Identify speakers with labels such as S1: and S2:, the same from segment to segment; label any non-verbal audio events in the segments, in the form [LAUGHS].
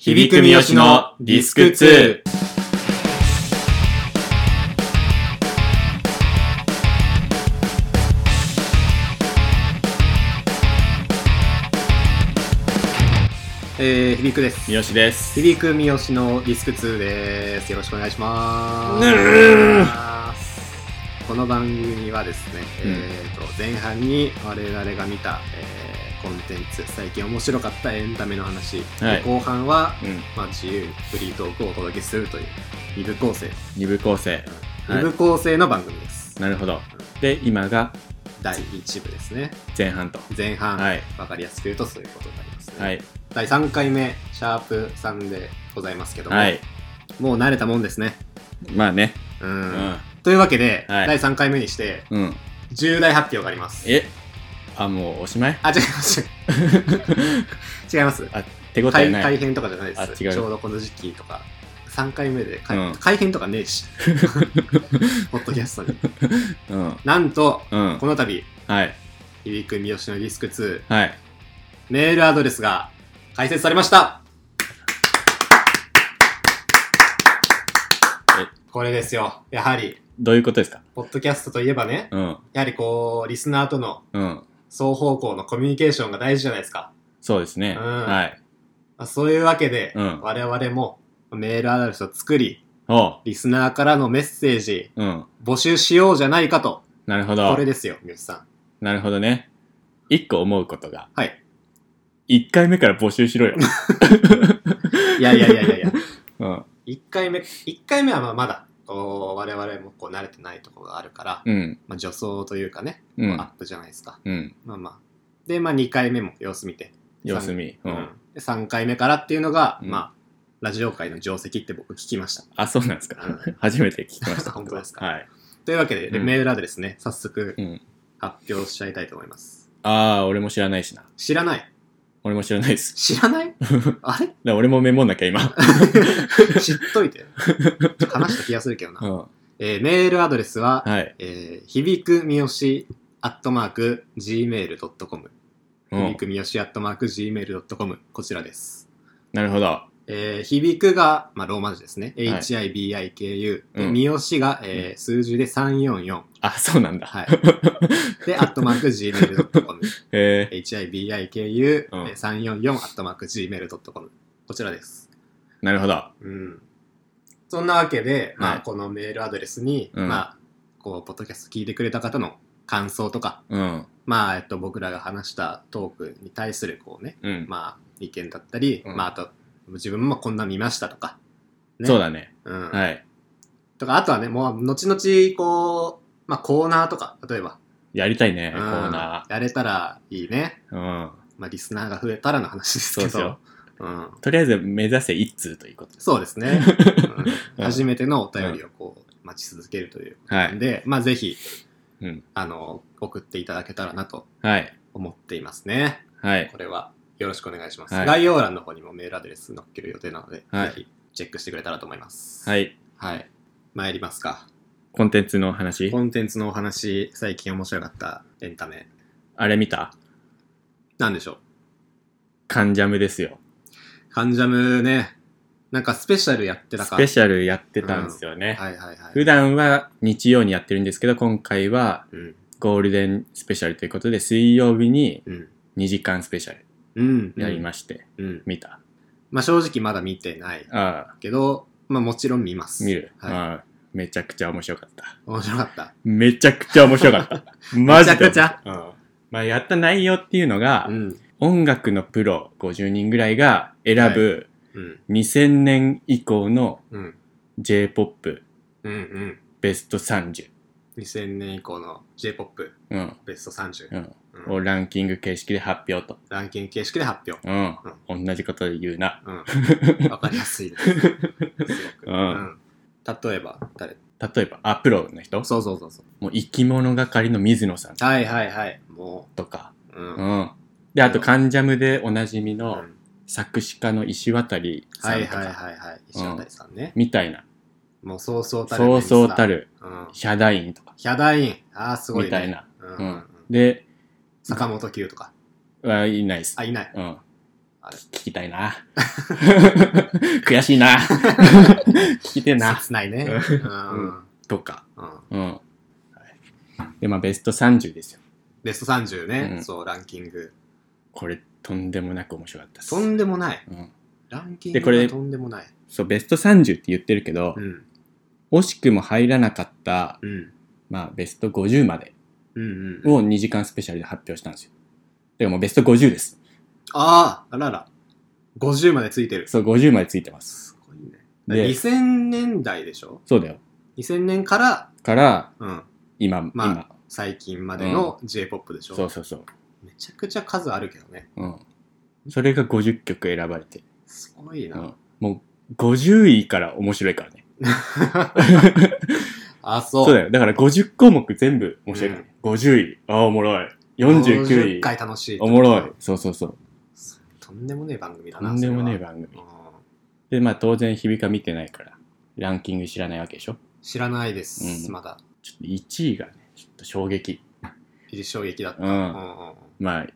S1: 響く三好のディスク2。
S2: えー、響くです。
S1: 三好です。
S2: 響く三好のディスク2です。よろしくお願いします。
S1: ぬる
S2: この番組はですね、
S1: うん
S2: えーと前半に我々が見た、えーコンテンツ、最近面白かったエンタメの話、
S1: は
S2: で
S1: い
S2: 後半は、
S1: うん。
S2: まあ、自由にフリートークをお届けするという二部構成、
S1: 二部構成。は
S2: 二部構成の番組です。
S1: い。なるほど。で、今が
S2: 第1部ですね。
S1: 前半と。
S2: 前半、わ、
S1: はい
S2: かりやすく言うとそういうことになりますね。
S1: はい。
S2: 第3回目、シャープ3でございますけども、
S1: はい。
S2: もう慣れたもんですね。
S1: まあね。
S2: うん
S1: うん。
S2: というわけで、
S1: はい
S2: 第3回目にして
S1: うん。
S2: 重大発表があります
S1: えあ、もうおしまい [LAUGHS]
S2: あ違います違います
S1: あ、手応え
S2: 改
S1: ない。
S2: 改編とかじゃないです
S1: あ違う
S2: ちょうどこの時期とか3回目で改,、
S1: うん
S2: 改編とかねえ
S1: [LAUGHS]
S2: しホットキャストに
S1: うん。
S2: なんと
S1: うん
S2: こ。の度
S1: はい。
S2: 響く三好のディスク2
S1: はい。
S2: メールアドレスが開設されましたこれですよやはり
S1: どういうことですか
S2: ポッドキャストといえばね
S1: うん。
S2: やはりこうリスナーとの
S1: うん。
S2: 双方向のコミュニケーションが大事じゃないですか
S1: そうですね。
S2: うん
S1: はい。
S2: まあそういうわけで、
S1: うん
S2: 我々もメールアドレスを作り、
S1: おう。
S2: リスナーからのメッセージ
S1: うん。
S2: 募集しようじゃないかと。
S1: なるほど
S2: これ。ですよ、みゆきさん。
S1: なるほどね。一個思うことが。
S2: はい。
S1: 一回目から募集しろよ。
S2: いやいやいやいやい [LAUGHS] や。
S1: うん。
S2: 一回目、一回目はまあまだ、こう我々もこう慣れてないところがあるから、
S1: うん。
S2: まあ助走というかね、
S1: う
S2: ア
S1: ん。
S2: ップじゃないですか。
S1: うん。
S2: まあまあ。で、まあ二回目も様子見て。
S1: 様子見。う。
S2: うんん。で三回目からっていうのが、
S1: うん
S2: まあ、ラジオ界の定石って僕聞きました。
S1: あ、そうなんですか
S2: う。
S1: 初めて聞きまし
S2: [LAUGHS]
S1: た。
S2: 本当ですか
S1: はい。
S2: というわけで、で
S1: うん
S2: メールアドレスね、早速
S1: うん。
S2: 発表しちゃいたいと思います。
S1: ああ、俺も知らないしな。
S2: 知らない
S1: 俺も知らないです。
S2: 知らない
S1: [LAUGHS]
S2: あれ
S1: だから俺もメモんなき
S2: [LAUGHS]
S1: ゃ今。
S2: 知っといて。ちょっと話した気がするけど
S1: う
S2: な。
S1: ん。
S2: えーメールアドレスは、
S1: はい。
S2: えー、響くみよし、アットマーク、gmail.com。
S1: う
S2: 響
S1: ん。
S2: くみよし、アットマーク、gmail.com。こちらです。
S1: なるほど。
S2: えー、響くが、まあ、ローマ字ですね。
S1: い
S2: hibiku。
S1: う
S2: で
S1: ん
S2: みよしが、えー、数字で344。
S1: あ、そうなんだ。
S2: はい。
S1: [LAUGHS]
S2: で、アットマーク、gmail.com。
S1: へえ
S2: hibiku344、
S1: うん
S2: アットマーク、gmail.com。こちらです。
S1: なるほど。
S2: うんそんなわけで、ま
S1: は
S2: あ、
S1: い
S2: このメールアドレスに、
S1: うん
S2: まあ、こう、ポッドキャスト聞いてくれた方の感想とか、
S1: うん。
S2: まあ、えっと、僕らが話したトークに対する、こうね、
S1: うん。
S2: まあ、意見だったり、
S1: うん
S2: まあ、あと、自分もこんな見ましたとか、ね
S1: そうだね。
S2: うん。
S1: はい。
S2: とか、あとはね、もう、後々、こう、まあ、コーナーとか、例えば、
S1: やりたいね、
S2: コ
S1: コーナ
S2: やれたらいいね。
S1: ー。うん。
S2: まあ、リスナーが増えたらの話です
S1: そ
S2: け
S1: うですよ
S2: ど。。うん。
S1: とりあえず目指せ一通ということです。
S2: そうです
S1: [LAUGHS]
S2: ね。
S1: う
S2: うんん初めてのお便りをこう待ち続けるということなんで、まあぜひ、
S1: うん
S2: あの、送っていただけたらなと
S1: はい。
S2: 思っていますね。
S1: はい。
S2: これはよろしくお願いします。
S1: はい
S2: 概要欄の方にもメールアドレス載っける予定なので、
S1: はい
S2: ぜひチェックしてくれたらと思います。。
S1: はいい。
S2: はい。参りますか。
S1: コンテンツの話
S2: コ。ンテンツのお話、最近面白かったエンタメ。
S1: あれ見た
S2: なんでしょう
S1: カンジャムですよ。
S2: カンジャムね、なんかスペシャルやってた
S1: ス
S2: か
S1: ペシャルやってたんですよね。
S2: はいはいはい。
S1: 普段は日曜にやってるんですけど、今回は
S2: うん。
S1: ゴールデンスペシャルということで、水曜日に
S2: うん。
S1: 2時間スペシャル
S2: うん。
S1: やりまして、
S2: す。うん。
S1: 見た。
S2: まあ正直まだ見てない
S1: ああ、
S2: けど、まあもちろん見ます。
S1: 見る。
S2: はい。
S1: ああ、めちゃくちゃ面白かった。
S2: 面白かった。
S1: めちゃくちゃ面
S2: [LAUGHS]
S1: 白かった。マジで。
S2: めちゃく
S1: うん。まあ、やった内容っていうのが、
S2: うん。
S1: 音楽のプロ50人ぐらいが選ぶ
S2: うん。
S1: 2000年以降の
S2: うん。
S1: J-POP
S2: うん。うん。
S1: ベスト30。
S2: 2000年以降の J-POP
S1: うん。
S2: ベスト30、う
S1: うん。
S2: ん
S1: をランキング形式で発表と。
S2: ランキング形式で発表。
S1: うん。同じこと言うな。
S2: うん。わかりやすいです。すごく。
S1: うん
S2: うん。例えば、誰
S1: 例えば、アプロの人
S2: そうそうそうそう。
S1: もう生き物係の水野さん
S2: はいはいはい。も
S1: とか。
S2: う、うん。
S1: う
S2: うん
S1: ん。で、あと、カンジャムでおなじみの作詞家の石渡
S2: は
S1: さん
S2: い
S1: と
S2: はい
S1: か、
S2: はいはい。石渡さんね。
S1: みたいな。
S2: もうそうそうたる。
S1: そうそうた
S2: る。
S1: る
S2: うん。
S1: ヒャダインとか。
S2: ヒャダイン。ああ、すごい、ね。
S1: みたいな。
S2: うん。
S1: う
S2: うんん。
S1: で、
S2: 坂本九とか。
S1: はいないです
S2: あ、。いない。
S1: うん。
S2: ああれ。
S1: 聞きたいな。 [LAUGHS] 悔し
S2: [LAUGHS]
S1: いな。聞きてえな。
S2: 切ないね。うん。
S1: とか。
S2: うん。
S1: うん。で、まあ、ベスト30ですよ。
S2: ベスト30ね、
S1: うん
S2: そう、ランキング。
S1: これ、とんでもなく面白かったです。
S2: とんでもない。
S1: うん
S2: ランキン
S1: でこ
S2: グ
S1: れ
S2: がとんでもない。
S1: そう、ベスト30って言ってるけど
S2: う、ん。
S1: 惜しくも入らなかった、
S2: うん。
S1: まあ、ベスト50まで
S2: うんうん。
S1: を2時間スペシャルで発表したんですよ。だからもうベスト50です。
S2: ああ、あらら。50までついてる。
S1: そう、50までついてます。
S2: すごいね。
S1: で
S2: 2000年代でしょ
S1: そうだよ。
S2: ?2000 年から、
S1: から、
S2: うん、
S1: 今、
S2: まあ最近までの J-POP でしょ、
S1: 今。そうそうそう。
S2: めちゃくちゃ数あるけどね。
S1: うん。それが50曲選ばれて。
S2: すごいな。
S1: うん。もう、50位から面白いからね。
S2: [LAUGHS] あ、そう。
S1: そうだよ。だから50項目全部面白いからね。50位。ああ、おもろい。49
S2: 50
S1: 位。
S2: 回楽しい。
S1: おもろい。。そうそうそう。
S2: とんでもねえ番組だ
S1: と
S2: な。
S1: んでもねえ
S2: それは
S1: 番組。で、まあ当然、響か見てないから、ランキング知らないわけでしょ。
S2: うん知らないです、
S1: うん
S2: まだ。
S1: ちょっと1位がね、ちょっと衝撃。
S2: 非衝撃だった。
S1: う
S2: うん
S1: ん。
S2: うん
S1: まあ、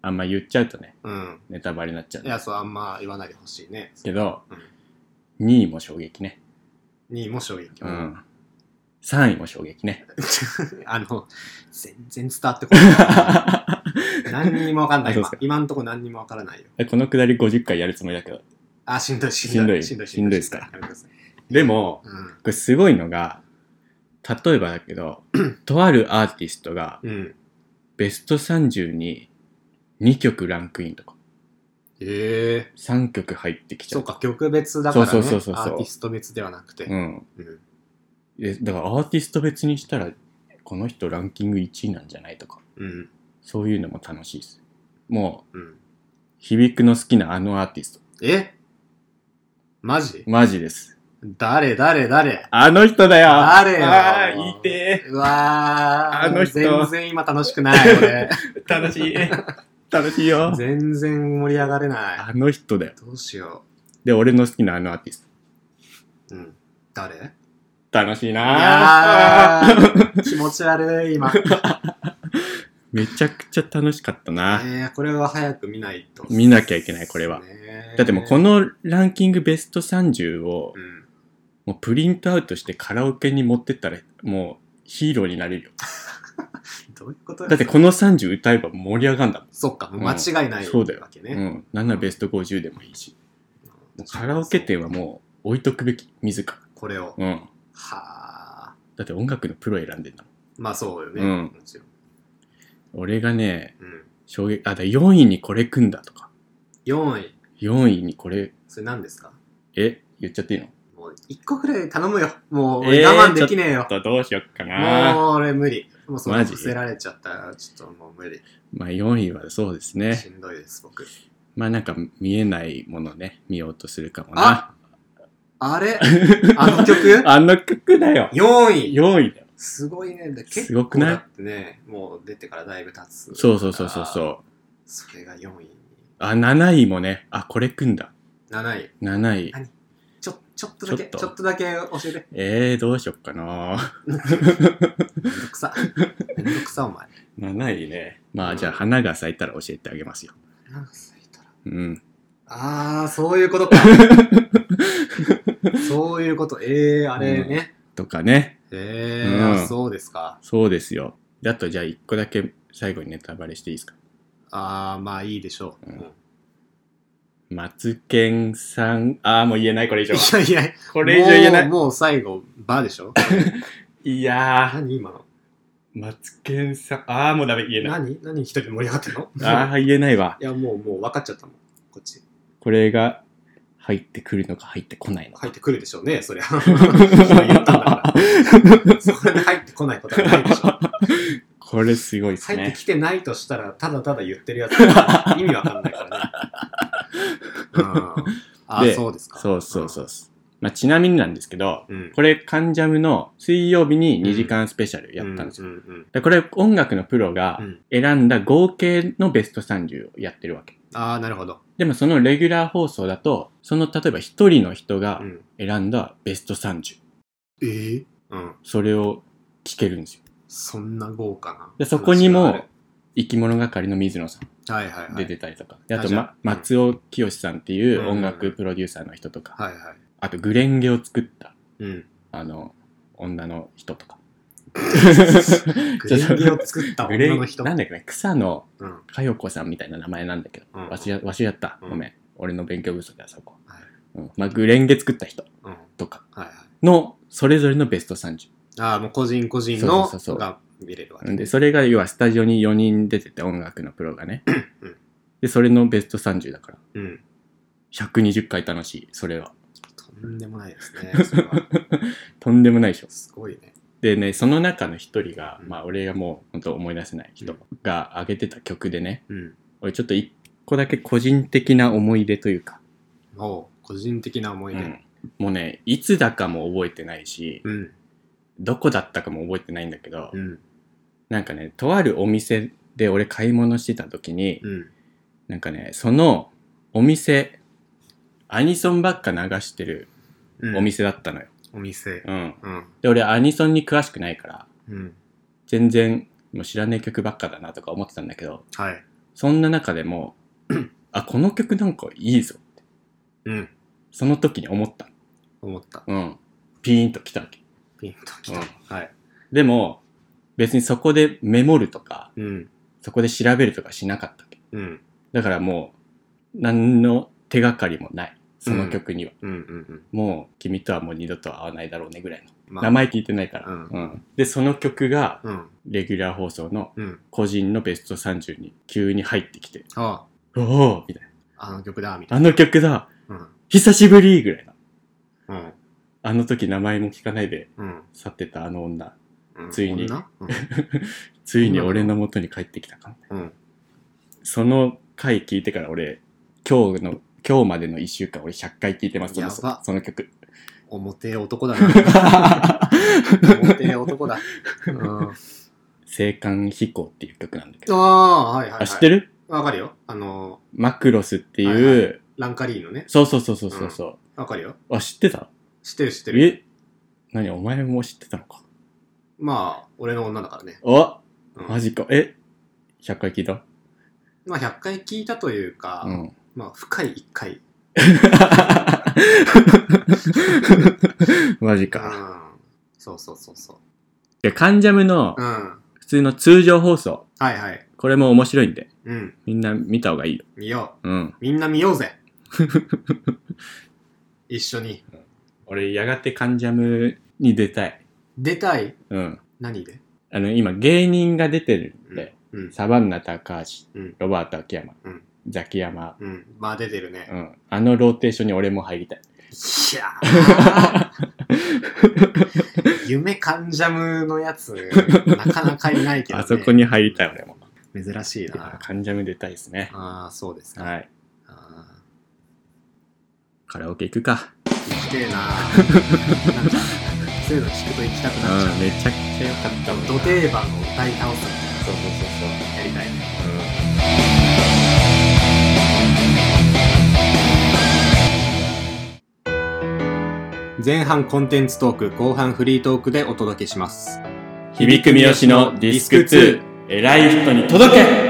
S1: あんま言っちゃうとね、
S2: うん。うん
S1: ネタバレになっちゃう
S2: いや、そう、あんま言わないでほしいね。
S1: けど、2位も衝撃ね。
S2: 2位も衝撃。
S1: うん。3位も衝撃 [LAUGHS] ね。
S2: [LAUGHS] あの、全然伝わってこない。何にもわかんない。
S1: あそう
S2: 今
S1: ですか
S2: 今んとこ何にもわからないよ。
S1: このくだり50回やるつもりだけど。
S2: あ、しんどい、しんどい。
S1: しんどい
S2: しんどい。
S1: しんどいですから
S2: やめてください
S1: でも、これすごいのが、例えばだけ [CLEARS THROAT] ど、とあるアーティストが
S2: うん。うん。
S1: ベスト30に2曲ランクインとか、
S2: ええ。
S1: 3曲入ってきち
S2: そ
S1: ゃ。
S2: ううか、曲別だからね。
S1: そうそうそうそ
S2: ア
S1: う
S2: ーティスト別ではなくて。
S1: うん。
S2: うん
S1: えだからアーティスト別にしたら、この人ランキング1位なんじゃないとか、
S2: うん。
S1: そういうのも楽しいです。もう、
S2: うん。
S1: 響くの好きなあのアーティス
S2: えマジ
S1: ト。マジです。
S2: 誰誰誰
S1: あの人だよ
S2: 誰よ
S1: ああ、いて
S2: うわー。
S1: あの人
S2: 全然今楽しくない、俺。
S1: ー楽しい。楽しいよ。
S2: [LAUGHS] 全然盛り上がれな
S1: あの人だよ。
S2: い。どうしよ
S1: で、俺の好きなあのアーティス
S2: う。うん。誰
S1: ト。楽しい
S2: い
S1: な
S2: や
S1: ー
S2: ー、気持ち悪い、
S1: [LAUGHS]
S2: 今。
S1: めちゃくちゃ楽しかったな。
S2: えー、これは早く見ないと。
S1: 見なきゃいけないこれは
S2: ねー
S1: だってもうこ、のランキングベスト30を
S2: うん。
S1: もうプリントアウトしてカラオケに持ってったらもうヒーローになれるよ。
S2: どういうこと
S1: だってこの30歌えば盛り上がんだもん。
S2: そっか、もう間違いない
S1: うんそうだよ
S2: わけ
S1: う
S2: ね。
S1: ん。なんならベスト50でもいいし。もうカラオケ店はもう置いとくべき、自ら。
S2: これを。
S1: うん。
S2: はー。
S1: だって音楽のプロ選んでんだもん。
S2: まあそうよね。
S1: うん
S2: もちろん。
S1: 俺がね、
S2: うん。
S1: 衝撃、あ、だ4位にこれ組んだとか。
S2: 4位。
S1: 4位にこれ、
S2: それ何ですか
S1: え言っちゃっていいの
S2: もう一個くらい頼むよ。もう
S1: え
S2: 俺
S1: ー
S2: 我慢できねえよ。
S1: ちょっとどうしよっかな。
S2: もう俺無理。もうその
S1: マジ
S2: 伏せられちゃったら、ちょっともう無理。
S1: まあ4位はそうですね。
S2: しんどいです、僕。
S1: まあなんか見えないものね、見ようとするかもな
S2: あ。あ
S1: [LAUGHS]
S2: れあの曲
S1: あの曲だよ
S2: ?4 位
S1: !4 位だよ。
S2: すごいね。だ結
S1: す
S2: 構
S1: ごくない
S2: だってね、もう出てからだいぶ経つ。
S1: そうそうそうそう
S2: う。
S1: そう。
S2: それが4位。
S1: あ、7位もね、あ、これ組んだ。
S2: 7位。
S1: 7位
S2: 何。ちょ、ちょっとだけ、
S1: ちょっと
S2: ちょっとだけ教えて。
S1: えー、どうしよっかな。
S2: めんどく
S1: [LAUGHS]
S2: さ。めんどくさ、お前。
S1: 7位ね。ま
S2: う
S1: あ
S2: ん
S1: じゃあ花が咲いたら教えてあげますよ。
S2: なんか咲いたら。
S1: うん。
S2: あー、そういう
S1: [LAUGHS]
S2: ことか。そういうこと。えー、あれね。
S1: とかね。
S2: え
S1: うん
S2: ー、あそうですか。
S1: そうですよ。であとじゃあ1個だけ最後にネタバレしていいですか。
S2: あー、まあいいでしょう。
S1: う
S2: うんん
S1: マツケンさん、あーもう言えないこれ以上
S2: い
S1: は。
S2: やいや、
S1: これ以上言えない。
S2: もうもう最
S1: [LAUGHS]
S2: 後、バーでしょ
S1: いや
S2: 何今の
S1: ー、マツケンさん、あーもうダメ言えない。
S2: 何何一人で盛り上がってんの
S1: あー言えない
S2: [LAUGHS]
S1: わ。
S2: いや、もう、もう分かっちゃったもん。こっち。
S1: これが入ってくるのか入ってこないのか。
S2: 入ってくるでしょうね、
S1: [LAUGHS]
S2: そりゃ。今言ったんだから。それで入ってこないことはないでしょ。
S1: これすごいです
S2: 入って
S1: ね。
S2: きてないとしたら、ただただ言ってるや
S1: [LAUGHS]
S2: つ。意味わかんないからね。うん。あ
S1: で
S2: ー、そうですか。
S1: そうそうそうっす。まあ、ちなみになんですけど、
S2: うん。うん。
S1: これ、カンジャムの水曜日に2時間スペシャルやったんですよ。
S2: うんうんうん
S1: でこれ、音楽のプロが
S2: うん
S1: 選んだ合計のベスト30をやってるわけ。
S2: ああ、なるほど。
S1: でも、そのレギュラー放送だと、その、例えば1人の人が
S2: うん、
S1: 選んだベスト30、
S2: えー、うん。
S1: それを聞けるんですよ。
S2: そんな豪華な。
S1: でそこにも、生き物係の水野さん、
S2: はいはいはい。
S1: で出たりとか。であと、
S2: じゃあ
S1: ま、松尾清さんっていう音
S2: うんうんう
S1: 楽
S2: ん
S1: プロデューサーの人とか、
S2: はいはい。
S1: あとグレンゲを作った、 [LAUGHS]
S2: うん。
S1: あの、女の
S2: [LAUGHS]
S1: 人とか。
S2: グレンゲを作った
S1: グレ
S2: 女
S1: ン
S2: の人。
S1: なんだっけね、草野
S2: うん。はい
S1: 佳代子さんみたいな名前なんだけど、
S2: うん
S1: わしや、わしやった。
S2: うん
S1: ごめん。俺の勉強不足だ、そこ。
S2: はい
S1: うん。まあ、グレンゲ作った人
S2: うん。はい
S1: とか
S2: はい。
S1: の、それぞれのベスト30。
S2: ああ、もう個人個人の
S1: そうそうそう
S2: が見れるわけ。
S1: で、それが要はスタジオに4人出てて、音楽のプロがね
S2: うん。
S1: で、それのベスト30だから。
S2: うん。
S1: 120回楽しい、それは。
S2: とんでもないです
S1: [LAUGHS]
S2: ね。それは
S1: とんでもないでしょ。
S2: すごいね。
S1: でね、その中の一人が、
S2: うん
S1: まあ俺がもう本当思い出せない人が挙げてた曲でね、
S2: うん。
S1: 俺ちょっと一個だけ個人的な思い出というか、
S2: おう個人的な思い出。
S1: うんもうね、いつだかも覚えてないし、
S2: うん。
S1: どこだったかも覚えてないんだけど、
S2: うん。
S1: なんかね、とあるお店で俺買い物してた時に、
S2: うん。
S1: なんかね、そのお店、アニソンばっか流してる
S2: うん
S1: お。店だったのよ。
S2: お店。
S1: うん。
S2: うん。
S1: で、俺アニソンに詳しくないから、
S2: うん。
S1: 全然もう知らねえ曲ばっかだなとか思ってたんだけど、
S2: はい。
S1: そんな中でも、 [CLEARS THROAT] あ、この曲なんかいいぞ。
S2: うん。
S1: その時に思った
S2: 思った。
S1: の。うん。ピーンと来たわけ。
S2: ピンときた。はい。
S1: でも、別にそこでメモるとか、
S2: うん。
S1: そこで調べるとかしなかったわけ。
S2: うん。
S1: だからもう、何の手がかりもない。その曲には。
S2: うん。うん。うん。
S1: もう、君とはもう二度と会わないだろうねぐらいの。
S2: まあ
S1: 名。前聞いてないから、
S2: うん
S1: うんでその曲が
S2: うん。
S1: レギュラー放送の
S2: うん。
S1: 個人のベスト30に急に入ってきて
S2: あ
S1: 「おお!」みたい
S2: あ、あの曲だ、みた
S1: な「
S2: い
S1: あの曲だ
S2: な。
S1: 久しぶり!」ぐらいな
S2: うん。うん。
S1: あの時名前も聞かないで
S2: うん。
S1: 去ってたあの女
S2: うん
S1: ついに
S2: 女うん
S1: ついに俺の元に帰ってきたかみたい
S2: うん。
S1: なその回聞いてから俺今日の今日までの1週間俺100回聞いてますその
S2: やば
S1: そ
S2: [LAUGHS]
S1: の曲
S2: [LAUGHS] 表男だな。表男だ。うん。あ
S1: 「青函飛行」っていう曲なんだけど、
S2: あ、はいはい、はい。
S1: あ知って
S2: る
S1: る
S2: わかるよ。あの、
S1: マクロスっていう、
S2: はいランカリーのね。
S1: そうそうそうそうそうそう、
S2: わかるよ。
S1: あ知ってた
S2: 知ってる知ってる。
S1: え何お前も知ってたのか
S2: まあ、俺の女だからね。
S1: あ
S2: うん
S1: マジか。え ?100 回聞いた
S2: まあ、100回聞いたというか、
S1: うん。 [LAUGHS]
S2: まあ、深い1回。
S1: マジ
S2: う
S1: か。
S2: ん。そうそうそうそう。
S1: で、カンジャムの
S2: うん。は
S1: 普通の通常放送。
S2: いはい。
S1: これも面白いんで、
S2: うん。
S1: みんな見た方がいいよ。
S2: 見よ
S1: うん
S2: う。。みんな見よう [LAUGHS] ぜ。一緒に。
S1: 俺、やがてカンジャムに出たい。
S2: 出たい
S1: うん。
S2: 何で
S1: あの、今、芸人が出てるんで、
S2: うん。
S1: サバンナ高橋、
S2: うん
S1: ロバート秋山、
S2: うん
S1: ザキヤマ、
S2: うん。まあ、出てるね
S1: う。ん。あのローテーションに俺も入りたい。
S2: いや
S1: [LAUGHS]
S2: ー夢関ジャムのやつ、なかなかいないけど、ね。
S1: [LAUGHS] あそこに入りたい、俺も。
S2: 珍しい
S1: あ
S2: な。
S1: カンジャム出たいですね。
S2: ああ、そうですか。
S1: はい。
S2: あ
S1: カラオケ行くか。
S2: ー行きてえな。なんか、そういうの聞くと行きたく
S1: うん
S2: なっちゃう、
S1: めちゃくちゃ良かったもんな。
S2: ド定番を歌い倒すみたい
S1: そうそうそう
S2: なやりたいね。
S1: そう。うん
S2: 前半コンテンツトーク、後半フリートークでお届けします。
S1: 響く三好のディスク2、偉い人に届け